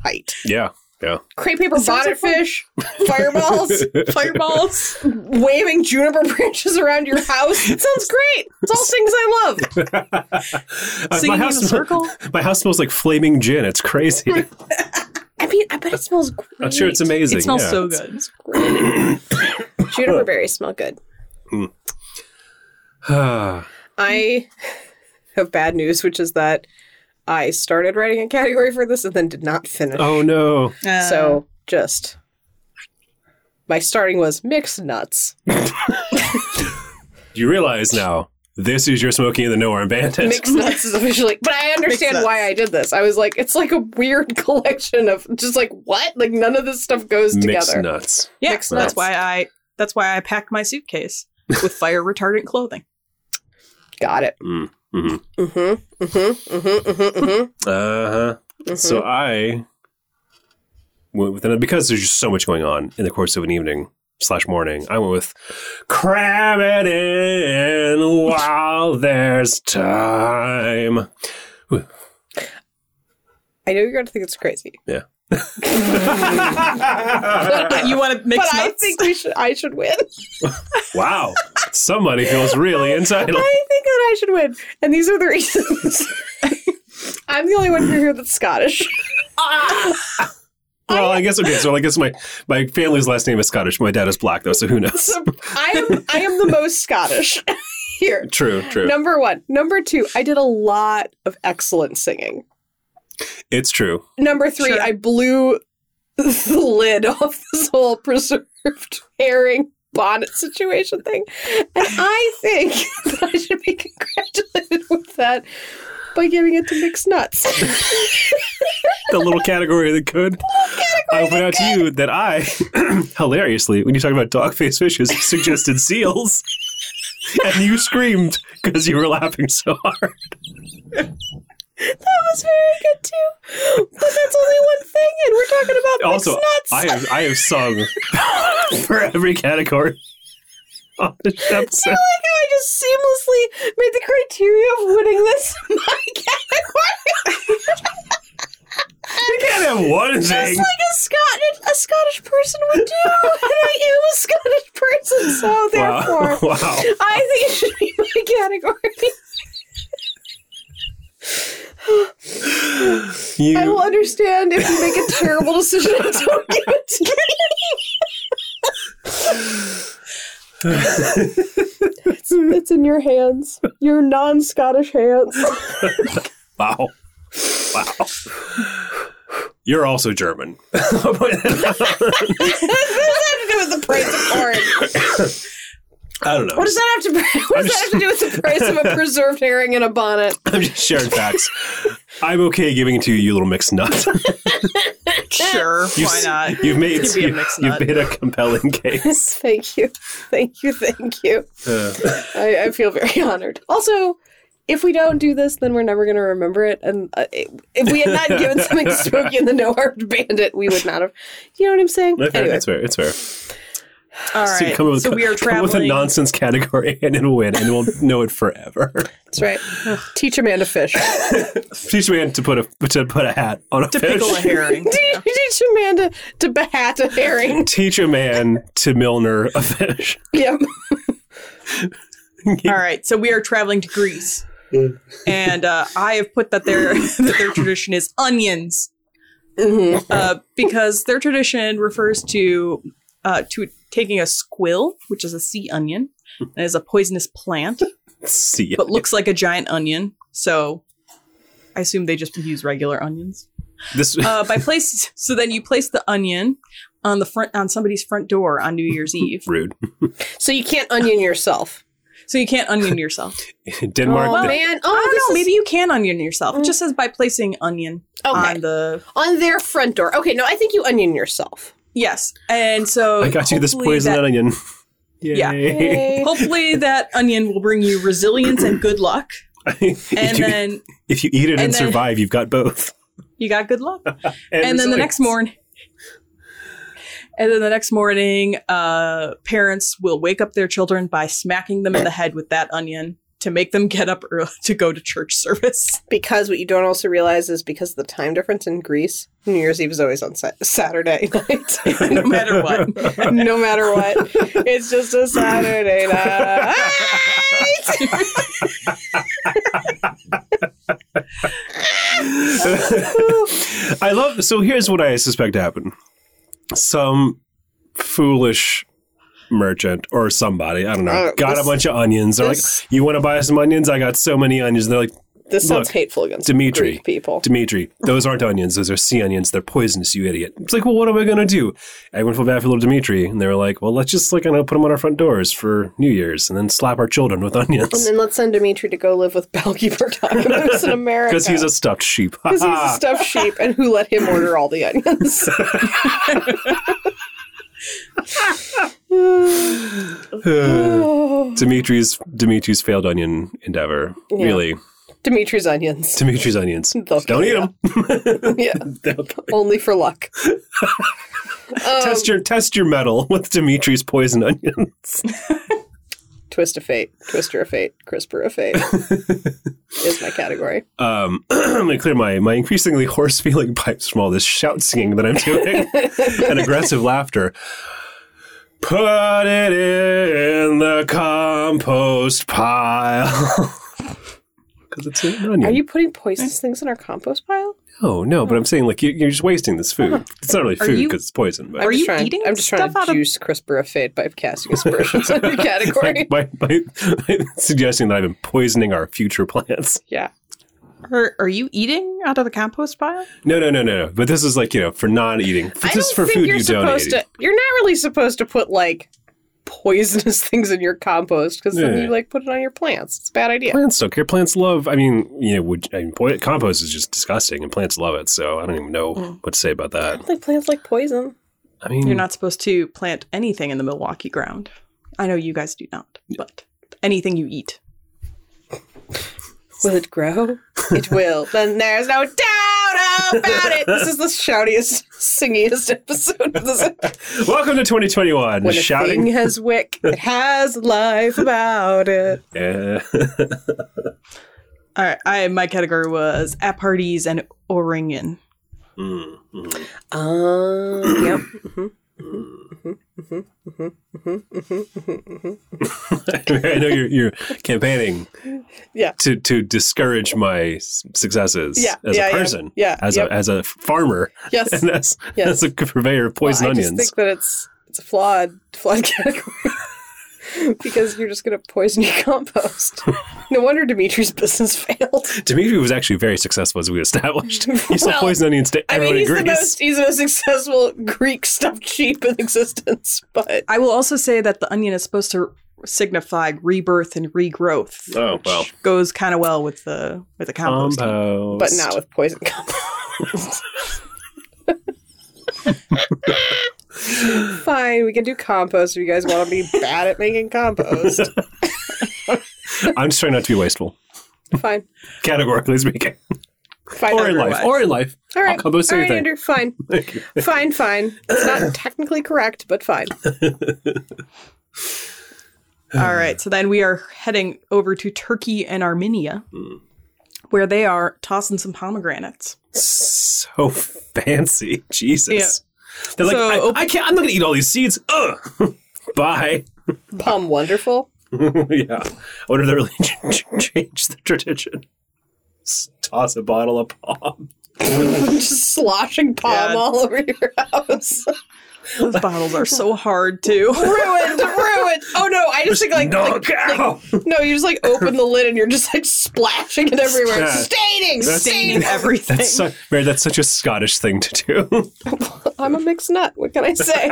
tight. Yeah. Crepe paper It sounds like bonnet fish, fireballs, Fireballs. waving juniper branches around your house. It sounds great. It's all things I love. Singing in a circle. my house smells like flaming gin. It's crazy. I mean, I bet it smells great. I'm sure it's amazing. Oh It smells yeah. so good. great. juniper berries smell good. Ah, I have bad news, which is that I started writing a category for this and then did not finish. oh no. Uh, So just my starting was mixed nuts. You realize now this is your smoking in the Nowhere Bandit. Mixed nuts is officially, but I understand nuts. why I did this. I was like, it's like a weird collection of just like what? Like none of this stuff goes Mixed together. nuts. yeah, mixed that's nuts. why I that's why I packed my suitcase with fire retardant clothing. Got it. Mm, hmm Mm-hmm. Mm-hmm. Mm-hmm. Mm-hmm. Uh huh. Mm-hmm. So I went with another because there's just so much going on in the course of an evening slash morning. I went with cram it in while there's time. I know you're going to think it's crazy, But you want to mix but I nuts? think we should. I should win. wow. Somebody feels really entitled. I think that I should win, and these are the reasons. I'm the only one here that's Scottish. Well, I guess okay. So I guess my my family's last name is Scottish. My dad is black though, so who knows? So I am. I am the most Scottish here. True, true. Number one. Number two. I did a lot of excellent singing. It's true. Number three. Sure. I blew the lid off this whole preserved herring bonnet situation thing, and I think that I should be congratulated with that by giving it to mixed nuts. The little category that could. I point out to you that I, hilariously, when you talk about dog face fishes, suggested seals, and you screamed because you were laughing so hard. That was very good too. But that's only one thing, and we're talking about Also, mixed nuts. I have I have sung for every category on this I episode. like how I just seamlessly made the criteria of winning this my category. You can't have one Just thing. like a Scottish a Scottish person would do. And I am a Scottish person, so Wow. therefore wow. I think it should be my category. You, I will understand if you make a terrible decision and don't give it to me. it's, it's in your hands, your non-Scottish hands. Wow. Wow. You're also German. what does that have to do with the price of corn? I don't know. What does that have to? What does that have to do with the price of a preserved herring in a bonnet? I'm just sharing facts. I'm okay giving it to you, you little mixed nut. sure, You've why s- not? You've made Could be a you, mixed have nut. made a compelling case. thank you, thank you, thank you. Uh, I, I feel very honored. Also, if we don't do this, then we're never going to remember it. And uh, if we had not given something to Smokey and the No Armed Bandit, we would not have. You know what I'm saying? okay, Anyway, That's fair. It's fair. All So you right. come up with- so we are Come up with a traveling. nonsense category and it'll win and we'll know it forever. that's right. Teach a man to fish. Teach a man to put a to put a hat on a to fish. pickle a herring. Teach, teach a man to, to behat a herring. Teach a man to Milner a fish. Yep. All right, so we are traveling to Greece, and uh, I have put that their that their tradition is onions, Mhm. uh, because their tradition refers to uh, to taking a squill, which is a sea onion, and is a poisonous plant, See. but looks like a giant onion. So, I assume they just use regular onions. This Uh, by place, so then you place the onion on the front on somebody's front door on New Year's Eve, rude. So you can't onion yourself. so you can't onion yourself. Denmark oh, Well, man. I Oh, don't this know. is- Maybe you can onion yourself. It just says by placing onion Okay. on the On their front door. Okay, no, I think you onion yourself. yes, and so I got you this hopefully poison that- onion. Yeah. Yay. Hopefully, that onion will bring you resilience and good luck. if, And you, then if you eat it and, and then- survive, you've got both. you got good luck. And then the next resilience. morning, and then the next morning, uh, parents will wake up their children by smacking them in the head with that onion to make them get up early to go to church service. Because what you don't also realize is because of the time difference in Greece, New Year's Eve is always on Sa- Saturday night. no matter what. no matter what. It's just a Saturday night. I love. So here's what I suspect happened: some foolish merchant or somebody I don't know Uh, got this- a bunch of onions. They're this- like, "You want to buy some onions? I got so many onions." They're like, This sounds Look, hateful against Dimitri. Greek people. "Dimitri, those aren't onions. Those are sea onions. They're poisonous. You idiot!" It's like, "Well, what am I gonna do?" Everyone felt bad for little Dimitri, and they were like, "Well, let's just like I don't know, put them on our front doors for New Year's, and then slap our children with And onions then let's send Dimitri to go live with Balky Bertakimus in America. because he's a stuffed sheep." 'Cause he's a Ah. stuffed sheep, and who let him order all the onions? Oh, Dimitri's Dimitri's failed onion endeavor. Yeah. Really, Dimitri's onions. Dimitri's onions. They'll Don't eat kill them. Yeah, only for luck. Um, test your test your metal with Dimitri's poison onions. Twist of fate, twister of fate, crisper of fate is my category. um, I'm going to clear my, my increasingly hoarse feeling pipes from all this shout singing that I'm doing and aggressive laughter. Put it in the compost pile. Because it's an Um, onion. Are you putting poisonous eh. things in our compost pile? no, no, but I'm saying, like, you, you're just wasting this food. It's not really Are food you- because it's poison, but Are I'm just you trying, eating I'm just stuff trying out to of- juice crisper of fate by casting aspersions on your category. like, by, by, by suggesting that I've been poisoning our future plants. Are, are you eating out of the compost pile? No, no, no, no, no. But this is like, you know, for non eating. I This is don't for think food you're you supposed donated. to. You're not really supposed to put like poisonous things in your compost because then Yeah. you like put it on your plants. It's a bad idea. Plants don't care. Plants love. I mean, you know, would, I mean, poi- compost is just disgusting, and plants love it. So I don't even know Hmm. what to say about that. Like plants like poison. I mean, You're not supposed to plant anything in the Milwaukee ground. I know you guys do not, but anything you eat. Will it grow? It will. then there's no doubt about it. This is the shoutiest, singiest episode of this. Welcome to 2021. When a thing Shouting. has wick, it has life about it. Yeah. All right, I my category was at parties and O-ringing. Mm, mm. Um, yep. I know you're, you're campaigning. Yeah. To to discourage my s- successes. Yeah, As yeah, a yeah. person. Yeah, As yep. a as a farmer. Yes. And as Yes. as a purveyor of poison Well, I onions. just think that it's it's a flawed flawed category because you're just going to poison your compost. no wonder Dimitri's business failed. Dimitri was actually very successful, as we established. He sold Well, poison onions to I mean, everyone he's in the Greece. most he's the most successful Greek stuffed sheep in existence, but I will also say that the onion is supposed to signify rebirth and regrowth. Oh, which well. goes kind of well with the with the compost. Compost. but not with poison compost. Fine, we can do compost if you guys want to be bad at making compost. I'm just trying not to be wasteful, Fine, categorically speaking, fine. or in life, or in life. All right, I'll compost all right, everything. Andrew. Fine. Thank you. fine, fine. It's not technically correct, but fine. All right, so then we are heading over to Turkey and Armenia, Mm. where they are tossing some pomegranates. So fancy, Jesus. They're like, So I, open- I can't. I'm not gonna eat all these seeds. Ugh. Bye. Pum wonderful. yeah. I wonder if they really ch- ch- changed the tradition. S- Toss a bottle of palm. Just sloshing palm Yeah. all over your house. Those bottles are so hard too. ruined, ruined. Oh no, I just think like, Knock out. like- no, you just like open the lid and you're just like splashing it everywhere. Yeah. Staining, That's- staining. Everything. That's so, Mary, that's such a Scottish thing to do. I'm a mixed nut. What can I say?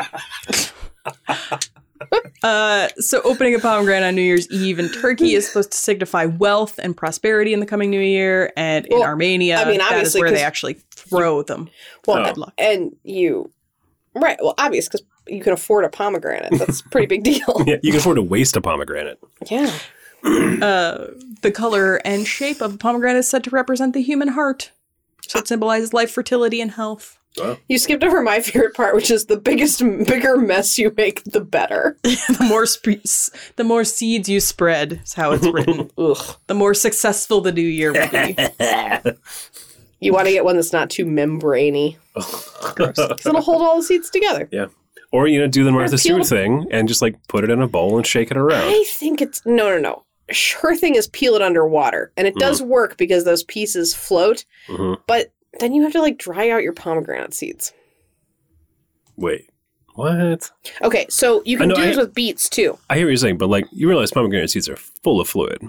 Uh, so opening a pomegranate on New Year's Eve in Turkey is supposed to signify wealth and prosperity in the coming new year, and in Well, Armenia, I mean, that is obviously, where they 'cause- actually throw them. Well, Oh. Good luck. and you, right? Well, obvious because you can afford a pomegranate. That's a pretty big deal. yeah, you can afford to waste a pomegranate. yeah. Uh, the color and shape of a pomegranate is said to represent the human heart, so it symbolizes life, fertility, and health. You skipped over my favorite part, which is the biggest, bigger mess you make, the better. the more sp- s- the more seeds you spread is how it's written. Ugh. the more successful the new year will be. You want to get one that's not too membraney. Because it'll hold all the seeds together. Yeah. Or, you know, do the Martha peel- Stewart thing and just like put it in a bowl and shake it around. I think it's. No, no, no. Her thing is peel it underwater. And it Mm. does work because those pieces float. Mhm. But then you have to like dry out your pomegranate seeds. Wait. What? Okay, so you I can know, do I- this with beets too. I hear what you're saying, but like you realize pomegranate seeds are full of fluid.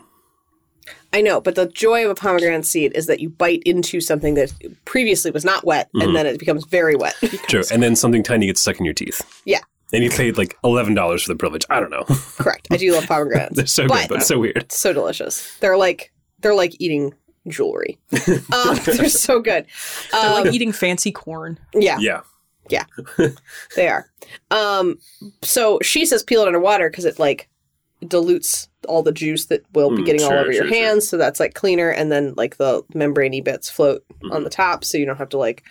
I know, but the joy of a pomegranate seed is that you bite into something that previously was not wet Mm. and then it becomes very wet. True. And then something tiny gets stuck in your teeth. Yeah. And you paid like eleven dollars for the privilege. I don't know. Correct. I do love pomegranates. They're so good, But- but it's so weird. so delicious. They're like they're like eating jewelry. um, they're so good. They're Um, like eating fancy corn. yeah, Yeah. they are. Um, so she says peel it underwater because it like dilutes all the juice that will be Mm, getting sure, all over your sure, sure. hands. So that's like cleaner, and then like the membraney bits float on Mhm. the top, so you don't have to like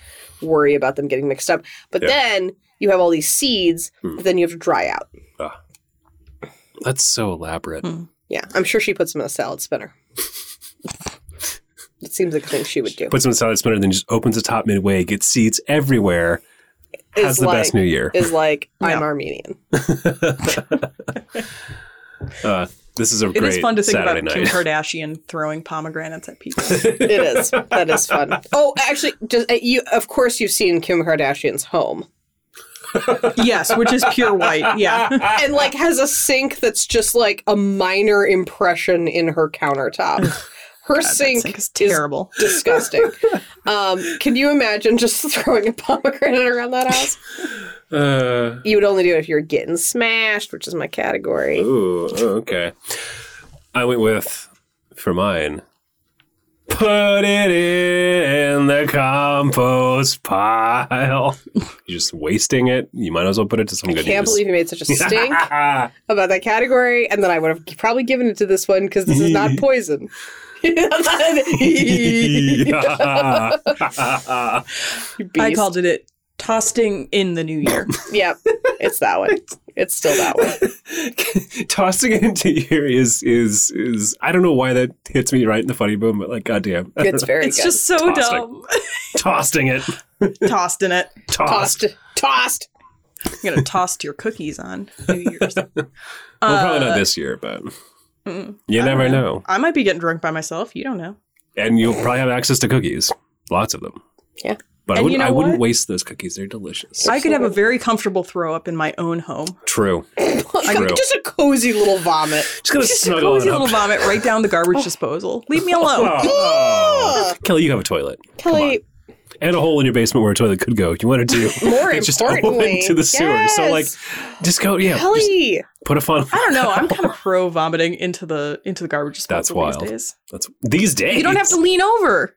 worry about them getting mixed up. But Yeah. then you have all these seeds Mm. that then you have to dry out. That's so elaborate. Hmm. Yeah, I'm sure she puts them in a salad spinner. it seems like a thing she would do. Puts them in a salad spinner, then just opens the top midway, gets seeds everywhere, has It's the like, best New Year. Is like I'm No. Armenian. Uh, this is a It great is fun to think Saturday about Kim night. Kardashian throwing pomegranates at people. It is. That is fun. Oh, actually, just uh, you. Of course, you've seen Kim Kardashian's home, yes, which is pure white. Yeah. and like has a sink that's just like a minor impression in her countertop. Her sink, It's is terrible. disgusting. um, can you imagine just throwing a pomegranate around that house? Uh, You would only do it if you're getting smashed, which is my category. ooh, oh, okay. I went with, for mine, put it in the compost pile. You're just wasting it. You might as well put it to some good Can't use. believe you made such a stink about that category, and then I would have probably given it to this one because this is not poison. You I beast. called it it tossing in the new year. Yep, it's that one. It's still that one. Tossing it into here is is is I don't know why that hits me right in the funny bone, but like goddamn, It's very it's good. just so Tossing. dumb. tossing it, Tossed in it. tossed. tossed, tossed. You're gonna toss your cookies on New Year's. well, Uh, probably not this year, but mm, you I don't never know. I might be getting drunk by myself. You don't know. And you'll probably have access to cookies, lots of them. Yeah. but And I you wouldn't. know I wouldn't what? waste those cookies. They're delicious. I could have a very comfortable throw up in my own home. True. True. Just a cozy little vomit. Just gonna Just a snuggle cozy it up. little vomit right down the garbage disposal. Leave me alone. Oh. Kelly, you have a toilet Kelly, and a hole in your basement where a toilet could go. if You wanted to. more It's just importantly, open to the sewer. So like, yes, just go. Yeah, just Kelly, put a funnel. I don't know. I'm kind of pro vomiting into the into the garbage disposal That's these wild. days. That's these days. You don't have to lean over.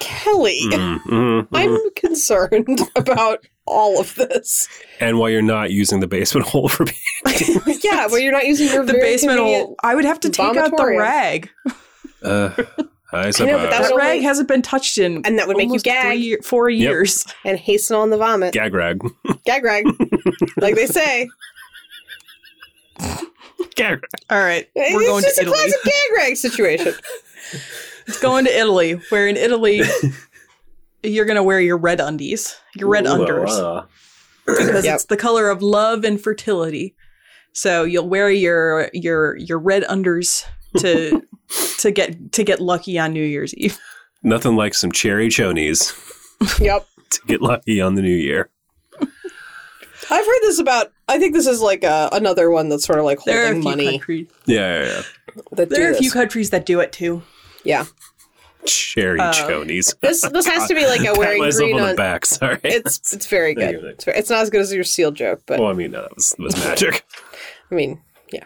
Kelly, Mm, mm, mm. I'm concerned about all of this. And while you're not using the basement hole for being yeah, well, you're not using your The very basement convenient- hole. I would have to take out the vomitorium. rag. Uh, I suppose. know, That but that's That'll rag make- hasn't been touched in and that would make you almost gag three, four years. and hasten on the vomit. Gag rag. Gag rag, like they say. Gag rag. All right, we're it's going just to a Italy. classic gag rag situation. It's going to Italy, where in Italy you're going to wear your red undies, your red unders, because Yep. it's the color of love and fertility. So you'll wear your your your red unders to to get to get lucky on New Year's Eve. Nothing like some cherry chonies yep. to get lucky on the new year. I've heard this about. I think this is like uh another one that's sort of like There are a few holding money. countries. Yeah, yeah, yeah. That There are do a few this. countries that do it too. yeah, Cherry Uh, chonies. this this has to be like a Pat wearing myself green on the on. back. Sorry. It's it's very Thank good. you. It's, very, it's not as good as your seal joke, but well, I mean, no, that was, was magic. I mean, yeah.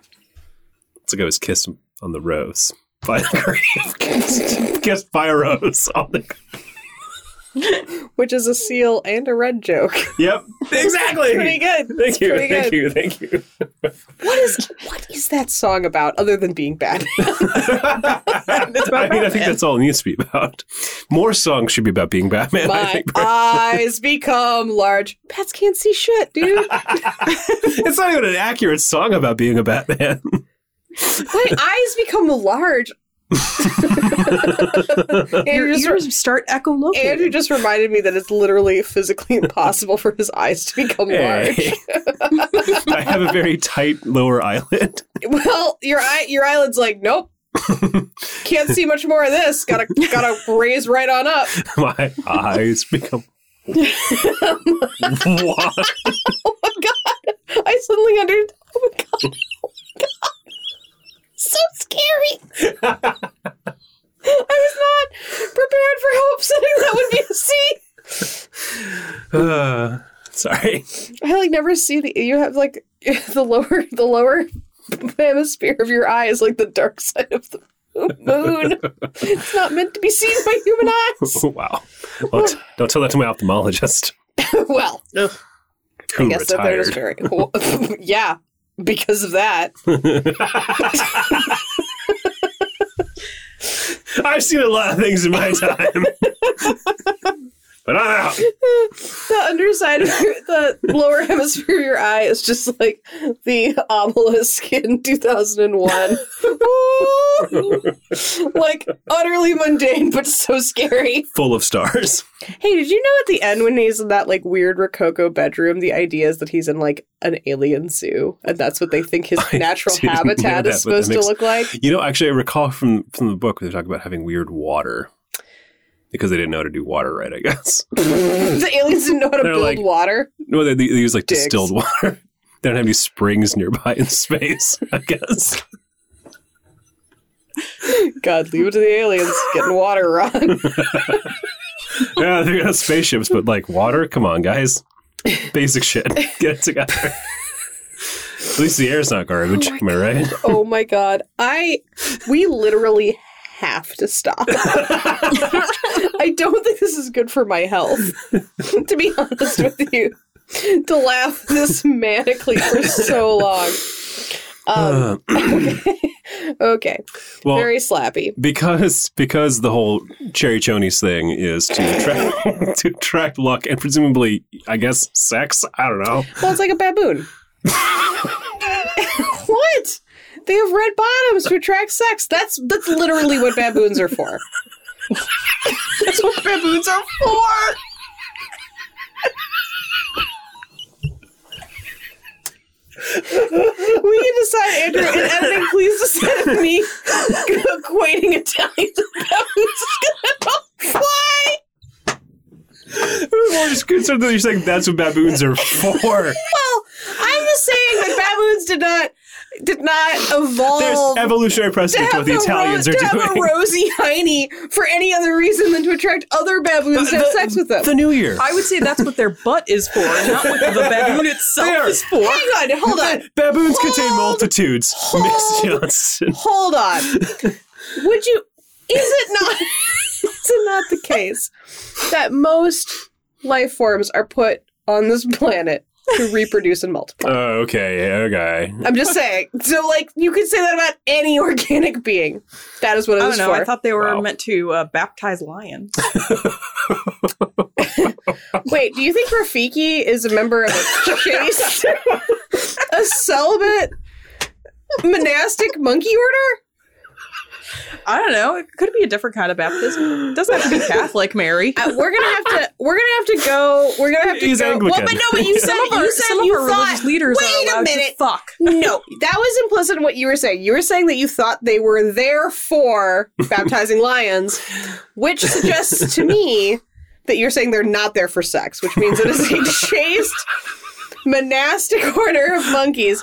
It's like I was kissed on the rose by the grave. kissed, kissed by a rose. On the, Which is a seal and a red joke. yep, exactly. pretty good. Thank you, pretty thank good. you, thank you. What is what is that song about other than being bad? I mean, I think that's all it needs to be about. More songs should be about being Batman. I My think. eyes become large. Pets can't see shit, dude. It's not even an accurate song about being a Batman. My eyes become large. Your Andrew, just ears start echolocating. Andrew just reminded me that it's literally physically impossible for his eyes to become large. Hey. I have a very tight lower eyelid. Well, your eye, your eyelid's like, nope. Can't see much more of this. Gotta gotta raise right on up. My eyes become. What? Oh my god! I suddenly under. Oh my god! Oh my god! So scary. I was not prepared for how upsetting that would be to see. Uh, sorry. I like never see the. You have like the lower the lower hemisphere of your eye is like the dark side of the moon. it's not meant to be seen by human eyes. Wow. Well, t- don't tell that to my ophthalmologist. well, Who I guess that there is retired. very. yeah, because of that. I've seen a lot of things in my time. But I'm out. the underside of your, the lower hemisphere of your eye is just like the obelisk in 2001. like utterly mundane, but so scary. Full of stars. Hey, did you know at the end when he's in that like weird Rococo bedroom, the idea is that he's in like an alien zoo, and that's what they think his I natural didn't know habitat is that, but that supposed makes- to look like? You know, actually, I recall from from the book they talk about having weird water because they didn't know how to do water right. I guess. the aliens didn't know how to They're build like- water. No, they, they use like Dicks. distilled water. They don't have any springs nearby in space. I guess. God, leave it to the aliens getting water run. yeah, they're gonna have spaceships, but like water. Come on, guys. Basic shit. Get it together. At least the air's not garbage. am I right? oh my god, I we literally have to stop. I don't think this is good for my health. to be honest with you, to laugh this manically for so long. Um, Uh. okay, well, very slappy. because because the whole cherry chonies thing is to attract to attract luck and presumably, I guess, sex. I don't know. Well, it's like a baboon. what? They have red bottoms to attract sex. That's that's literally what baboons are for. That's what baboons are for. We can decide, Andrew, in editing, please decide if me equating Italian to baboons is gonna fly. I'm just concerned that you're saying that's what baboons are for. Well, I'm just saying that baboons did not did not There's evolve. evolutionary precedent to what the a Italians Oh, ro- are to have a doing. rosy hiney for any other reason than to attract other baboons to have sex with them. The New Year. I would say that's what their butt is for, not what the baboon itself There. is for. Hang on, hold on, Baboons contain Hold- multitudes. Miss hold- Johnson. hold on. Would you? Is it not? is it not the case that most life forms are put on this planet to reproduce and multiply? Oh, okay, okay. I'm just saying. So, like, you could say that about any organic being. That is what I it Oh, don't was know. for. I thought they were Wow. meant to uh, baptize lions. Wait, do you think Rafiki is a member of a chaste, a celibate, monastic monkey order? I don't know. It could be a different kind of baptism. It doesn't have to be Catholic, Mary. Uh, we're gonna have to. We're gonna have to go. We're gonna have to He's go. Anglican. Well, but no, but you said Some of our, you said some of you our thought. religious leaders Wait a are allowed minute. to fuck. No, that was implicit in what you were saying. You were saying that you thought they were there for baptizing lions, which suggests to me that you're saying they're not there for sex, which means it is a chaste monastic order of monkeys.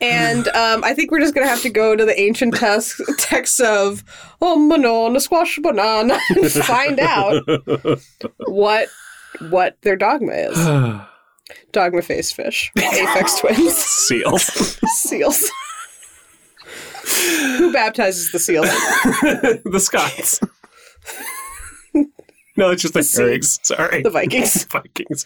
And um, I think we're just going to have to go to the ancient tes- texts of oh, banana, squash banana, and find out what what their dogma is. Dogma face fish, apex twins Seals. seals. Who baptizes the seals? the Scots. no, it's just the herrings. Sorry. The Vikings. Vikings.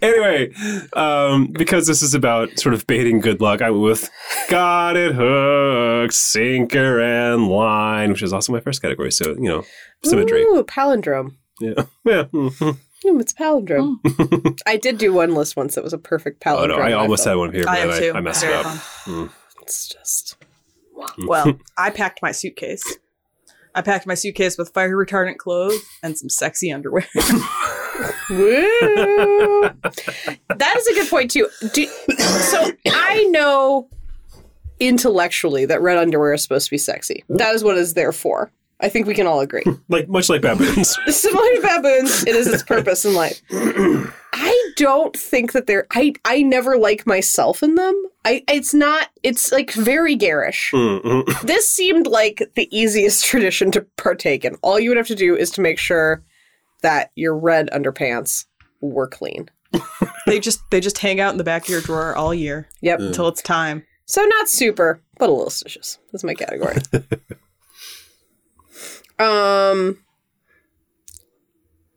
Anyway, um, because this is about sort of baiting good luck, I went with Got It Hook, Sinker, and Line, which is also my first category. So, you know, symmetry. Ooh, palindrome. Yeah. yeah. mhm. Hmm, it's a palindrome. I did do one list once that was a perfect palindrome. Hmm. Oh, no, I almost had one here, but I have I, too. I messed Very it up. fun. felt. It's just. Well, I packed my suitcase. I packed my suitcase with fire retardant clothes and some sexy underwear. Woo! that is a good point, too. Do, so I know intellectually that red underwear is supposed to be sexy. That is what it's there for. I think we can all agree. Like, much like baboons. similar to baboons, it is its purpose in life. I don't think that they're. I I never like myself in them. I it's not. It's like very garish. Mhm. This seemed like the easiest tradition to partake in. All you would have to do is to make sure that your red underpants were clean. they just they just hang out in the back of your drawer all year Yep. until it's time. So not super, but a little suspicious. That's my category. um,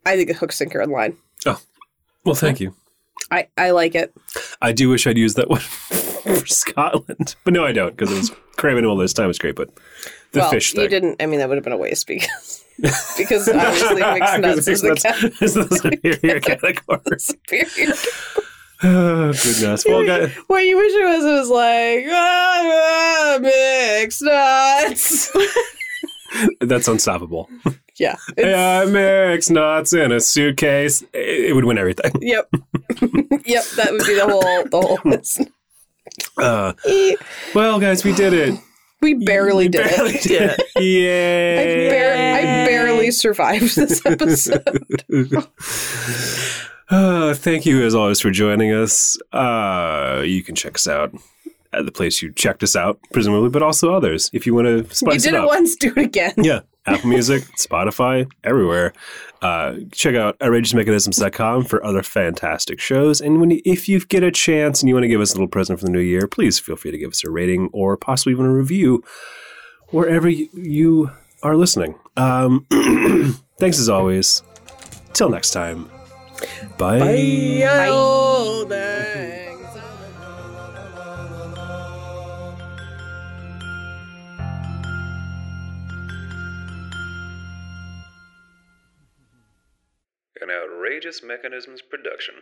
I think a hook sinker in line. Well, thank you. I I like it. I do wish I'd used that one for Scotland. But no, I don't because it was cramming all this time was great. But the well, fish you thing. didn't. I mean, that would have been a waste because because obviously mixed nuts is the Mixed cat nuts is the superior category. superior. oh, goodness. Well, guys, What you wish it was it was like ah, ah, mixed nuts. that's unstoppable. yeah. Hey, it's- um, I mix nuts in a suitcase. It, it would win everything. Yep. yep. That would be the whole the whole. list. Uh, well, guys, we did it. We barely did it. Barely did it. I, Yay. bar- I barely survived this episode. Uh, thank you, as always, for joining us. Uh, you can check us out at the place you checked us out, presumably, but also others if you want to you spice did it it up. once, do it again. Yeah. Apple Music, Spotify, everywhere. Uh, check out outrageousmechanisms.com for other fantastic shows. And when you, if you get a chance and you want to give us a little present for the new year, please feel free to give us a rating or possibly even a review wherever y- you are listening. Um, thanks as always. Till next time. Bye. Oh, thanks. An Outrageous Mechanisms production.